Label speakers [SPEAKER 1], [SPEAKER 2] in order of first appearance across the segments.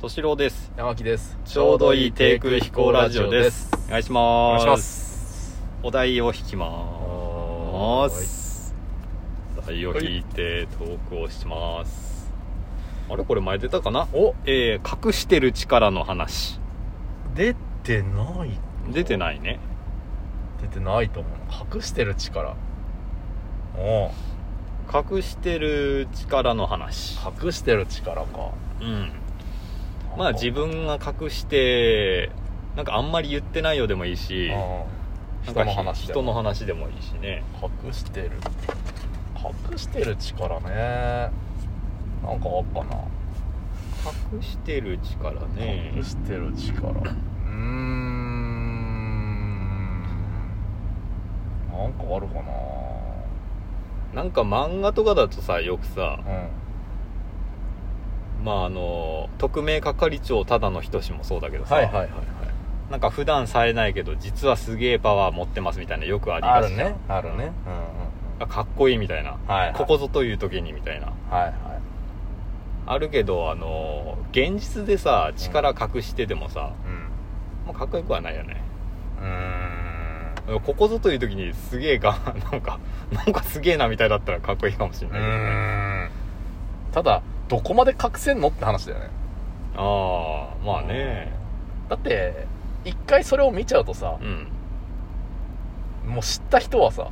[SPEAKER 1] 敏郎です。
[SPEAKER 2] 山木です
[SPEAKER 1] ちょうどいい低空飛行ラジオです。お願いし
[SPEAKER 2] お
[SPEAKER 1] ま
[SPEAKER 2] 願
[SPEAKER 1] ー
[SPEAKER 2] い
[SPEAKER 1] す。
[SPEAKER 2] します
[SPEAKER 1] お題を引きま
[SPEAKER 2] お
[SPEAKER 1] ーす。お題を引いて投稿します。あれこれ前出たかな
[SPEAKER 2] お
[SPEAKER 1] えー、隠してる力の話。
[SPEAKER 2] 出てない
[SPEAKER 1] 出て
[SPEAKER 2] い
[SPEAKER 1] ないね。
[SPEAKER 2] 出てないと思う隠してる力おう
[SPEAKER 1] 隠してる力の話。
[SPEAKER 2] 隠してる力か
[SPEAKER 1] うん。まあ自分が隠して、なんかあんまり言ってないよでもいいし、
[SPEAKER 2] あ
[SPEAKER 1] な
[SPEAKER 2] ー
[SPEAKER 1] んか
[SPEAKER 2] 人の話で
[SPEAKER 1] 人の話でもいいしね。
[SPEAKER 2] 隠してる隠してる力ねなんかあっかな、
[SPEAKER 1] 隠してる力ね。
[SPEAKER 2] 隠してる力うーんなんかあるかな
[SPEAKER 1] なんか漫画とかだとさよくさ
[SPEAKER 2] うん
[SPEAKER 1] まああの匿名係長ただの人志もそうだけどさ、
[SPEAKER 2] はいはいはいはい
[SPEAKER 1] なんか普段さえないけど実はすげえパワー持ってますみたいなよくあり
[SPEAKER 2] あ
[SPEAKER 1] が
[SPEAKER 2] る
[SPEAKER 1] ちじゃん
[SPEAKER 2] ねあるねうんうん
[SPEAKER 1] あかっこいいみたいな、
[SPEAKER 2] はいはい
[SPEAKER 1] ここぞという時にみたいな
[SPEAKER 2] はいはい
[SPEAKER 1] あるけどあの現実でさ力隠しててもさ、
[SPEAKER 2] うん
[SPEAKER 1] まあかっこよくはないよね
[SPEAKER 2] うーん
[SPEAKER 1] ここぞという時にすげえが なんかなんかすげえなみたいだったらかっこいいかもしれ
[SPEAKER 2] う
[SPEAKER 1] ないけどね
[SPEAKER 2] ーんただどこまで隠せんのって話だよね
[SPEAKER 1] ああまあね
[SPEAKER 2] だって一回それを見ちゃうとさ
[SPEAKER 1] う、ん
[SPEAKER 2] もう知った人はさ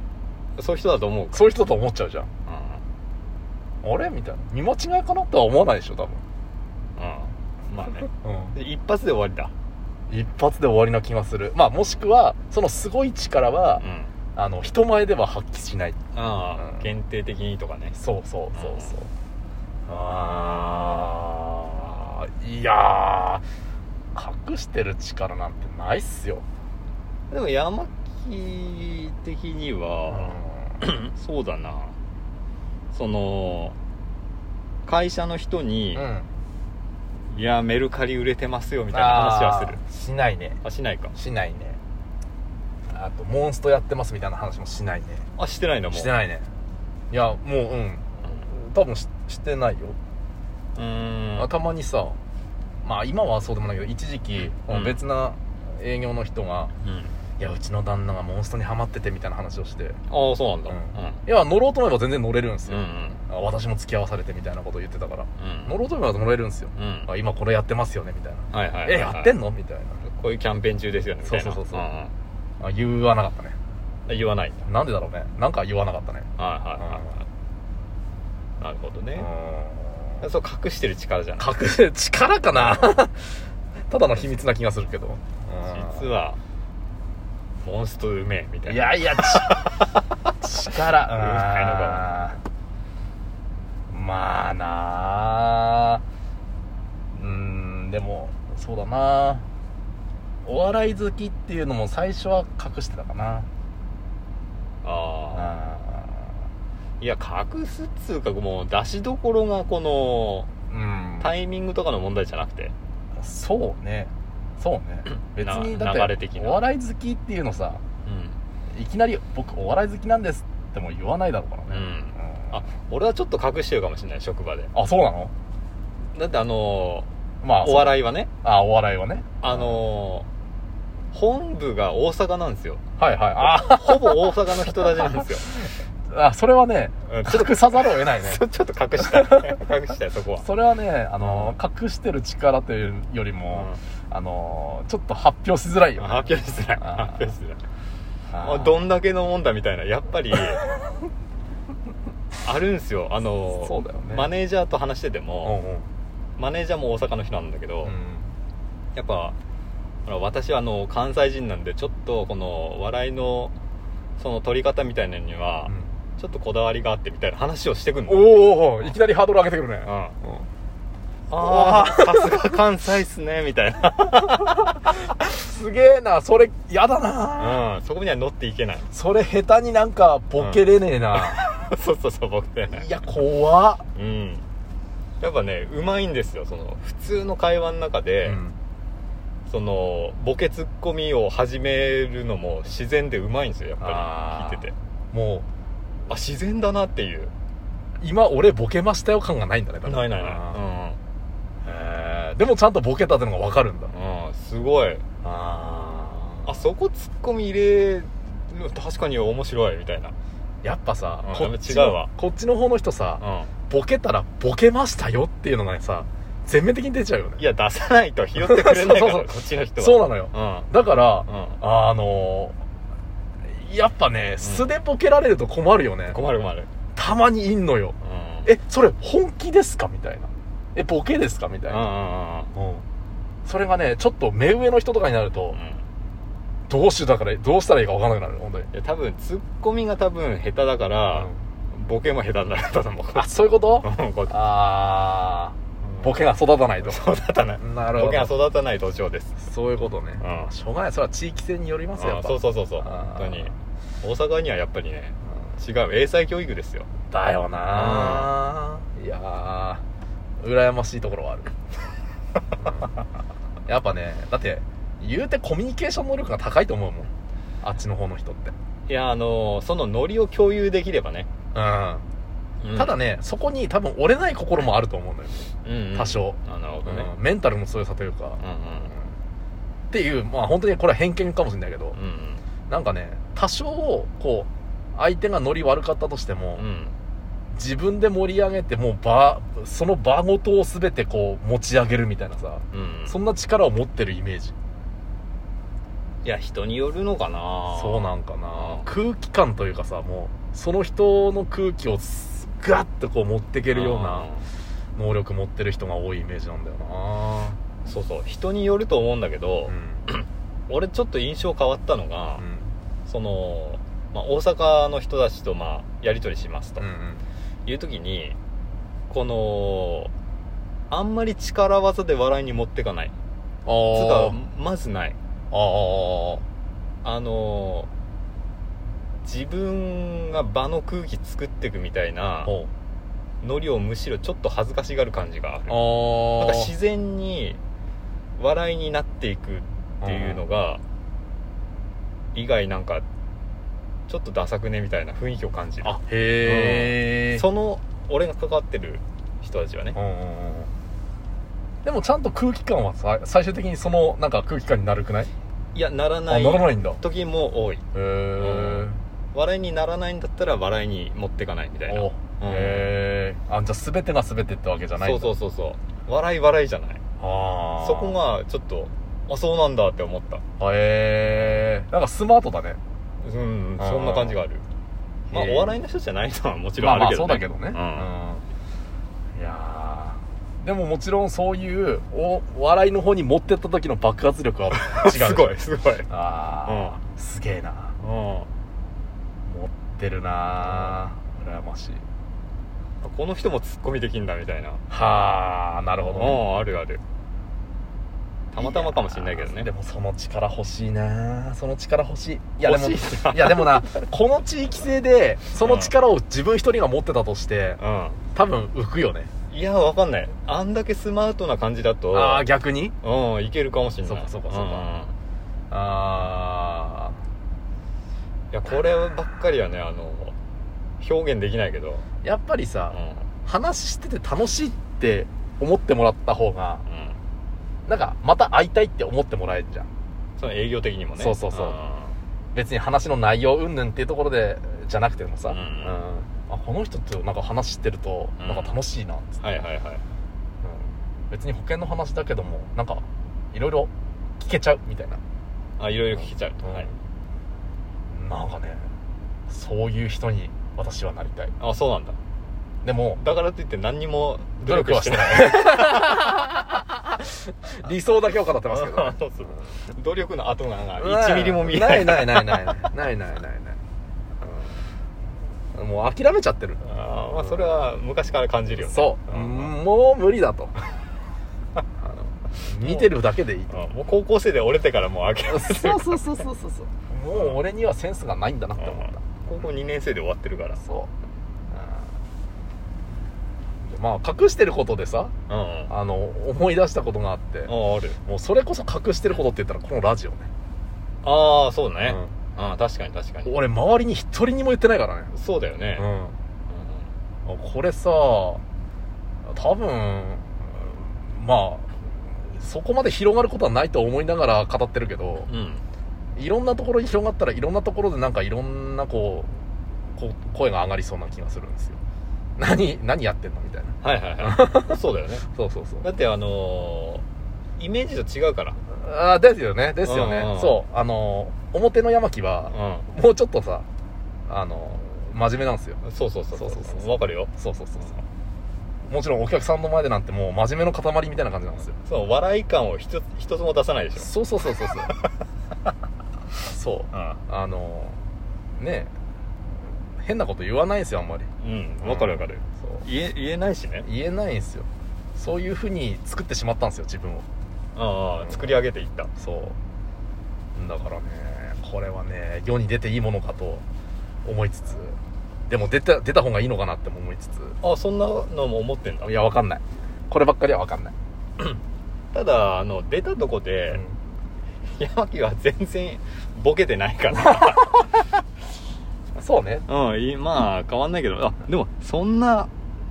[SPEAKER 1] そういう人だと思うか
[SPEAKER 2] そういう人だと思っちゃうじゃん
[SPEAKER 1] ら
[SPEAKER 2] あれみたいな見間違いかなとは思わないでしょ多分
[SPEAKER 1] うん、うん、まあね で一発で終わりだ
[SPEAKER 2] 一発で終わりな気がするまあもしくはそのすごい力は、
[SPEAKER 1] うん
[SPEAKER 2] あの人前では発揮しない
[SPEAKER 1] ああ、
[SPEAKER 2] うん
[SPEAKER 1] 限定的にとかね
[SPEAKER 2] そうそうそうそうあーいやー隠してる力なんてないっすよ
[SPEAKER 1] でも山木的に は、そうだなその会社の人に
[SPEAKER 2] う
[SPEAKER 1] 「
[SPEAKER 2] ん、
[SPEAKER 1] いやメルカリ売れてますよ」みたいな話はする
[SPEAKER 2] あーしないね
[SPEAKER 1] あしないか
[SPEAKER 2] しないねあとモンストやってますみたいな話もしないね
[SPEAKER 1] あしてないんだもう
[SPEAKER 2] してないねいやもううん多分ししてないよ、
[SPEAKER 1] うーん
[SPEAKER 2] あたまにさまあ今はそうでもないけど一時期、
[SPEAKER 1] うん
[SPEAKER 2] 別な営業の人が
[SPEAKER 1] うん
[SPEAKER 2] 「いやうちの旦那がモンストにハマってて」みたいな話をして
[SPEAKER 1] ああそうなんだ
[SPEAKER 2] う
[SPEAKER 1] うんん
[SPEAKER 2] いや乗ろうと思えば全然乗れるんです
[SPEAKER 1] うんう
[SPEAKER 2] よ、
[SPEAKER 1] ん
[SPEAKER 2] あ私も付き合わされてみたいなこと言ってたから
[SPEAKER 1] うん
[SPEAKER 2] 乗ろうと思えば乗れるんですよ、
[SPEAKER 1] うん
[SPEAKER 2] あ今これやってますよねみたいな、
[SPEAKER 1] はいはいはいはい
[SPEAKER 2] えやってんのみたい
[SPEAKER 1] こういうキャンペーン中ですよねみたいな
[SPEAKER 2] そうそうそうそうんなあ言わなかったね
[SPEAKER 1] うん言わないんだ
[SPEAKER 2] なんでだろうねなんか言わなかったね
[SPEAKER 1] はいはいはいはいなるほどね
[SPEAKER 2] うん
[SPEAKER 1] そう隠してる力じゃない
[SPEAKER 2] 隠せ力かな ただの秘密な気がするけどうん
[SPEAKER 1] 実はモンストうめえみたい
[SPEAKER 2] い
[SPEAKER 1] な
[SPEAKER 2] やい やち力
[SPEAKER 1] うまいの
[SPEAKER 2] あーまあなあうんでもそうだなお笑い好きっていうのも最初は隠してたかな
[SPEAKER 1] あ
[SPEAKER 2] あ
[SPEAKER 1] ーいや隠すっつうかもう出しどころがこの
[SPEAKER 2] ーうん
[SPEAKER 1] タイミングとかの問題じゃなくて
[SPEAKER 2] そうねそう ね別に
[SPEAKER 1] な
[SPEAKER 2] だ
[SPEAKER 1] 流れ
[SPEAKER 2] って
[SPEAKER 1] 的な
[SPEAKER 2] お笑い好きっていうのさ
[SPEAKER 1] うん
[SPEAKER 2] いきなり「僕お笑い好きなんです」っても言わないだろうからね
[SPEAKER 1] うん
[SPEAKER 2] うん
[SPEAKER 1] あ俺はちょっと隠してるかもしれない職場で
[SPEAKER 2] あそうなの
[SPEAKER 1] だってあの
[SPEAKER 2] まあ
[SPEAKER 1] ーお
[SPEAKER 2] い
[SPEAKER 1] 笑いはね
[SPEAKER 2] あお笑いはね
[SPEAKER 1] あのー本部が大阪なんですよ
[SPEAKER 2] はいはいあ
[SPEAKER 1] ほぼ大阪の人たちなんですよ
[SPEAKER 2] あそれはね
[SPEAKER 1] うんちょっ
[SPEAKER 2] 隠さざるを得ない ね
[SPEAKER 1] とちょっ と隠したい隠したいそこは
[SPEAKER 2] それはねあの隠してる力というよりも、あのちょっと発表しづらい
[SPEAKER 1] うん
[SPEAKER 2] よね
[SPEAKER 1] 発表しづらい
[SPEAKER 2] あー
[SPEAKER 1] 発表しづらい
[SPEAKER 2] あ
[SPEAKER 1] あ
[SPEAKER 2] ー
[SPEAKER 1] どんだけのもんだみたいなやっ ぱりあるんすよあの
[SPEAKER 2] そうだよね
[SPEAKER 1] マネージャーと話してて
[SPEAKER 2] うん
[SPEAKER 1] も、
[SPEAKER 2] うん
[SPEAKER 1] マネージャーも大阪の人なんだけど、
[SPEAKER 2] うん
[SPEAKER 1] やっぱほら私はあの関西人なんでちょっとこの笑いのその取り方みたいなのには、ちょっとこだわりがあってみたいな話をしてくんのうん
[SPEAKER 2] おおいきなりハードル上げてくるね
[SPEAKER 1] あ
[SPEAKER 2] うん
[SPEAKER 1] あーさすが関西っすねみたいな、
[SPEAKER 2] すげえなそれやだな、
[SPEAKER 1] うん、 そこには乗っていけない
[SPEAKER 2] それ下手になんかボケれねえな、
[SPEAKER 1] そうそうそう僕ってね
[SPEAKER 2] いや怖っ、
[SPEAKER 1] うんやっぱねうまいんですよその普通の会話の中で、
[SPEAKER 2] うん
[SPEAKER 1] そのボケツッコミを始めるのも自然でうまいんですよやっぱ
[SPEAKER 2] あー
[SPEAKER 1] り聞いてて
[SPEAKER 2] も
[SPEAKER 1] あ自然だなっていう
[SPEAKER 2] う今俺ボケましたよ感がないんだね
[SPEAKER 1] ないないない、
[SPEAKER 2] あー
[SPEAKER 1] うん、
[SPEAKER 2] へえでもちゃんとボケたってのが分かるんだ
[SPEAKER 1] うんすごい
[SPEAKER 2] あ
[SPEAKER 1] あそこツッコミ入れる確かに面白いみたいな
[SPEAKER 2] やっぱさ、
[SPEAKER 1] うん
[SPEAKER 2] こっち
[SPEAKER 1] やっぱ違うわ
[SPEAKER 2] のこっちの方の人さ、
[SPEAKER 1] う
[SPEAKER 2] ボケたらボケましたよっていうのがさ全面的に出ちゃうよ
[SPEAKER 1] んい
[SPEAKER 2] ね
[SPEAKER 1] や出さないと拾ってくれないから
[SPEAKER 2] そうそうそう
[SPEAKER 1] こっちの人は
[SPEAKER 2] そうなのよだから
[SPEAKER 1] うん、うん
[SPEAKER 2] あのやっぱね素でボケられると困るよね、
[SPEAKER 1] 困る困る、
[SPEAKER 2] たまにいんのよ
[SPEAKER 1] うん、
[SPEAKER 2] えそれ本気ですかみたいなえボケですかみた
[SPEAKER 1] う
[SPEAKER 2] い
[SPEAKER 1] んうん
[SPEAKER 2] な、うんそれがねちょっと目上の人とかになると
[SPEAKER 1] うんうん
[SPEAKER 2] どうしようだからどうしたらいいか分からなくなる本当に、
[SPEAKER 1] いや多分ツッコミが多分下手だから、ボケも下手になるんだと思う
[SPEAKER 2] あそういうこと
[SPEAKER 1] うんこう
[SPEAKER 2] あーボケが育たないと
[SPEAKER 1] 育た ない
[SPEAKER 2] なる
[SPEAKER 1] ボ
[SPEAKER 2] ほ
[SPEAKER 1] ケが
[SPEAKER 2] ど
[SPEAKER 1] 育たない土壌です
[SPEAKER 2] そういうことね
[SPEAKER 1] うんあ
[SPEAKER 2] しょうがないそれは地域性によりますよやっぱ
[SPEAKER 1] そうそうそうそう
[SPEAKER 2] あ
[SPEAKER 1] 本
[SPEAKER 2] ー
[SPEAKER 1] 当に大阪にはやっぱりね
[SPEAKER 2] う
[SPEAKER 1] 違う英才教育ですよ
[SPEAKER 2] んだよなーいやー羨ましいところは あるうんやっぱねだって言うてコミュニケーション能力が高いと思うもんあっちの方の人って
[SPEAKER 1] いやあのーそのノリを共有できればね、
[SPEAKER 2] うん
[SPEAKER 1] うん
[SPEAKER 2] ただねそこに多分折れない心もあると思うのよ、
[SPEAKER 1] うんうん
[SPEAKER 2] 多少、
[SPEAKER 1] あなるほどね
[SPEAKER 2] うんメンタルの強さというか、
[SPEAKER 1] うんう
[SPEAKER 2] うん
[SPEAKER 1] ん
[SPEAKER 2] っていうまあ本当にこれは偏見かもしれないけ
[SPEAKER 1] う、
[SPEAKER 2] ど
[SPEAKER 1] ん
[SPEAKER 2] なんかね多少こう相手がノリ悪かったとしても、
[SPEAKER 1] うんうん
[SPEAKER 2] 自分で盛り上げてもう場その場ごとを全てこう持ち上げるみたいなさ、
[SPEAKER 1] うん
[SPEAKER 2] そんな力を持ってるイメージ
[SPEAKER 1] いや人によるのかな
[SPEAKER 2] そうなんかな空気感というかさもうその人の空気をすガッとこう持っていけるような能力持ってる人が多いイメージなんだよな
[SPEAKER 1] うんそうそう人によると思うんだけど、
[SPEAKER 2] うん
[SPEAKER 1] 俺ちょっと印象変わったのが、
[SPEAKER 2] う
[SPEAKER 1] その、まあ、大阪の人たちとまあやり取りしますと
[SPEAKER 2] んうん
[SPEAKER 1] いう時に、このあんまり力技で笑いに持ってかない
[SPEAKER 2] あ
[SPEAKER 1] つうか
[SPEAKER 2] ー
[SPEAKER 1] まずない
[SPEAKER 2] あー
[SPEAKER 1] あの自分が場の空気作っていくみたいな
[SPEAKER 2] ほう
[SPEAKER 1] ノリをむしろちょっと恥ずかしがる感じがある
[SPEAKER 2] あ
[SPEAKER 1] な
[SPEAKER 2] ー
[SPEAKER 1] んか自然に笑いになっていくっていうのが以外なんかちょっとダサくねみたいな雰囲気を感じる
[SPEAKER 2] あへえ
[SPEAKER 1] その俺が関わってる人たちはね
[SPEAKER 2] でもちゃんと空気感はさ最終的にそのなんか空気感になるくない
[SPEAKER 1] いやならな
[SPEAKER 2] あ
[SPEAKER 1] い
[SPEAKER 2] ならないんだへ
[SPEAKER 1] 時も多い
[SPEAKER 2] え
[SPEAKER 1] 笑いにならないんだったら笑いに持ってかないみたいな
[SPEAKER 2] おへえあじゃあ全てが全てってわけじゃない
[SPEAKER 1] そうそううそうそう笑い笑いじゃない
[SPEAKER 2] あ
[SPEAKER 1] そこがちょっとあそうなんだって思った
[SPEAKER 2] がへえんかスマートだね
[SPEAKER 1] うん
[SPEAKER 2] あー
[SPEAKER 1] そんな感じがあるまあ
[SPEAKER 2] へー
[SPEAKER 1] お笑いの人じゃないのはもちろ
[SPEAKER 2] まあ
[SPEAKER 1] ん
[SPEAKER 2] ま
[SPEAKER 1] あ
[SPEAKER 2] あ
[SPEAKER 1] るけ
[SPEAKER 2] そ
[SPEAKER 1] ど
[SPEAKER 2] う
[SPEAKER 1] ね
[SPEAKER 2] だけどね
[SPEAKER 1] うん
[SPEAKER 2] いやーでももちろんそういうお笑いの方に持ってった時の爆発力は違う
[SPEAKER 1] すごいすごい
[SPEAKER 2] ああ、すげえな
[SPEAKER 1] うん
[SPEAKER 2] 持ってるなー羨ましい
[SPEAKER 1] この人もツッコミできんだみたいな
[SPEAKER 2] はあなる
[SPEAKER 1] う
[SPEAKER 2] ほど、ね、
[SPEAKER 1] んあるあるたまたまかもしれないけど
[SPEAKER 2] や
[SPEAKER 1] ね
[SPEAKER 2] ーでもその力欲しいなーその力欲しいいやでも
[SPEAKER 1] 欲しいない
[SPEAKER 2] やでもなこの地域性でその力を自分一人が持ってたとして
[SPEAKER 1] う
[SPEAKER 2] 多分浮くよね
[SPEAKER 1] んいやわかんないあんだけスマートな感じだと
[SPEAKER 2] ああ逆に
[SPEAKER 1] うんいけるかもしれない
[SPEAKER 2] そうかそうかそう
[SPEAKER 1] ん
[SPEAKER 2] か
[SPEAKER 1] んん
[SPEAKER 2] あ
[SPEAKER 1] いやこればっかりはねあの表現できないけど
[SPEAKER 2] ーやっぱり
[SPEAKER 1] う
[SPEAKER 2] さ、
[SPEAKER 1] ん
[SPEAKER 2] 話してて楽しいって思ってもらった方が
[SPEAKER 1] うん
[SPEAKER 2] なんかまた会いたいって思ってもらえるじゃん
[SPEAKER 1] その営業的にもね
[SPEAKER 2] そうそうそうん別に話の内容云々っていうところでじゃなくてもさ、
[SPEAKER 1] うん
[SPEAKER 2] あこの人となんか話してると
[SPEAKER 1] うん
[SPEAKER 2] なんか楽しいなっつって、
[SPEAKER 1] はいはいはい
[SPEAKER 2] うん別に保険の話だけどもなんかいろいろ聞けちゃうみたいな、
[SPEAKER 1] あいろいろ聞けちゃうと、はい、
[SPEAKER 2] なんかねそういう人に私はなりたい
[SPEAKER 1] あそうなんだ
[SPEAKER 2] でも
[SPEAKER 1] だからといって何にも
[SPEAKER 2] 努力はしてないい 理想だけを語ってますけど、
[SPEAKER 1] あ そうそう努力の跡が
[SPEAKER 2] うん
[SPEAKER 1] 1ミリも見えない
[SPEAKER 2] ないないないないないないないないないうんもう諦めちゃってる
[SPEAKER 1] あーまあそれは昔から感じるよね
[SPEAKER 2] そう、
[SPEAKER 1] ん
[SPEAKER 2] もう無理だ とあの見てるだけでいいと
[SPEAKER 1] うんもう高校生で折れてからもう諦めてる
[SPEAKER 2] そうそうそうそうそうそうもう俺にはセンスがないんだなって思った
[SPEAKER 1] 高校2年生で終わってるから
[SPEAKER 2] そううんまあ隠してることでさ
[SPEAKER 1] うんうんあ
[SPEAKER 2] あの思い出したことがあって
[SPEAKER 1] ある
[SPEAKER 2] もうそれこそ隠してることって言ったらこのラジオね
[SPEAKER 1] ああそうね、ああ確かに確か
[SPEAKER 2] うん
[SPEAKER 1] に
[SPEAKER 2] 俺周りに一人にも言ってないからね
[SPEAKER 1] そうだよね、
[SPEAKER 2] うん
[SPEAKER 1] うん
[SPEAKER 2] これさ多分まあそこまで広がることはないと思いながら語ってるけど
[SPEAKER 1] うん
[SPEAKER 2] いろんなところに広がったらいろんなところでなんかいろんなこうこう声が上がりそうな気がするんですよ何何やってんのみたいな
[SPEAKER 1] はいはいはいそうだよね
[SPEAKER 2] そうそうそう
[SPEAKER 1] だってあのーイメージと違うから
[SPEAKER 2] あーですよねですよね、
[SPEAKER 1] うんうん
[SPEAKER 2] そうあの表の山木は、もうちょっとさあの真面目なんですよ
[SPEAKER 1] うんそうそうそうそう
[SPEAKER 2] そうそうそう
[SPEAKER 1] わかるよ
[SPEAKER 2] そうそうそうそうもちろんお客さんの前でなんてもう真面目の塊みたいな感じなんですよ
[SPEAKER 1] その笑い感を一つ一つも出さないでしょ
[SPEAKER 2] そうそうそうそうそう そうあのねえ変なこと言わないんですよあんまり
[SPEAKER 1] うんわかるわかる
[SPEAKER 2] そう
[SPEAKER 1] 言え言えないしね
[SPEAKER 2] 言えないんですよそういうふうに作ってしまったんですよ自分を
[SPEAKER 1] ああ作り上げていった
[SPEAKER 2] そうだからねこれはね世に出ていいものかと思いつつでも出た出た方がいいのかなっても思いつつ
[SPEAKER 1] あそんなのも思ってんだ
[SPEAKER 2] いやわかんないこればっかりはわかんない、
[SPEAKER 1] ただあの出たとこで、山木は全然ボケてないから
[SPEAKER 2] そうね
[SPEAKER 1] うんいまあ変わんないけどあでもそんな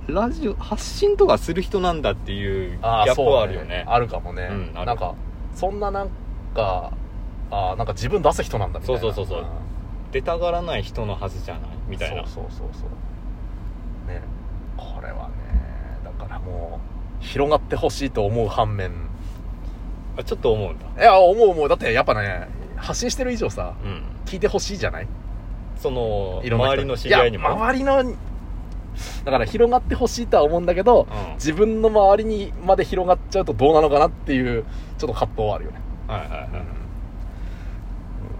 [SPEAKER 1] ラジオ発信とかする人なんだっていうギ
[SPEAKER 2] あ
[SPEAKER 1] ャップ
[SPEAKER 2] そう
[SPEAKER 1] はあるよね
[SPEAKER 2] あるかもね、
[SPEAKER 1] うんある
[SPEAKER 2] なんかそんななんかあーなんか自分出す人なんだみたいな
[SPEAKER 1] そうそうそうそうん出たがらない人のはずじゃないみたいな
[SPEAKER 2] そうそうそうそうねこれはねだからもう広がってほしいと思う反面
[SPEAKER 1] あちょっと思うんだ
[SPEAKER 2] いや思う思うだってやっぱね発信してる以上さ
[SPEAKER 1] うん
[SPEAKER 2] 聞いてほしいじゃない
[SPEAKER 1] その
[SPEAKER 2] いろんな人
[SPEAKER 1] 周りの知り合いにも
[SPEAKER 2] や周りのだから広がってほしいとは思うんだけど
[SPEAKER 1] う
[SPEAKER 2] 自分の周りにまで広がっちゃうとどうなのかなっていうちょっと葛藤はあるよね、
[SPEAKER 1] んはいはいはい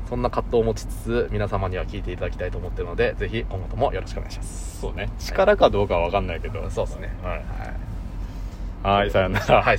[SPEAKER 2] そんな葛藤を持ちつつ皆様には聞いていただきたいと思ってるのでぜひ今後ともよろしくお願いします
[SPEAKER 1] そうね力かどうかは分かんないけど
[SPEAKER 2] そうですね
[SPEAKER 1] はい
[SPEAKER 2] はい
[SPEAKER 1] はいさよなら
[SPEAKER 2] はい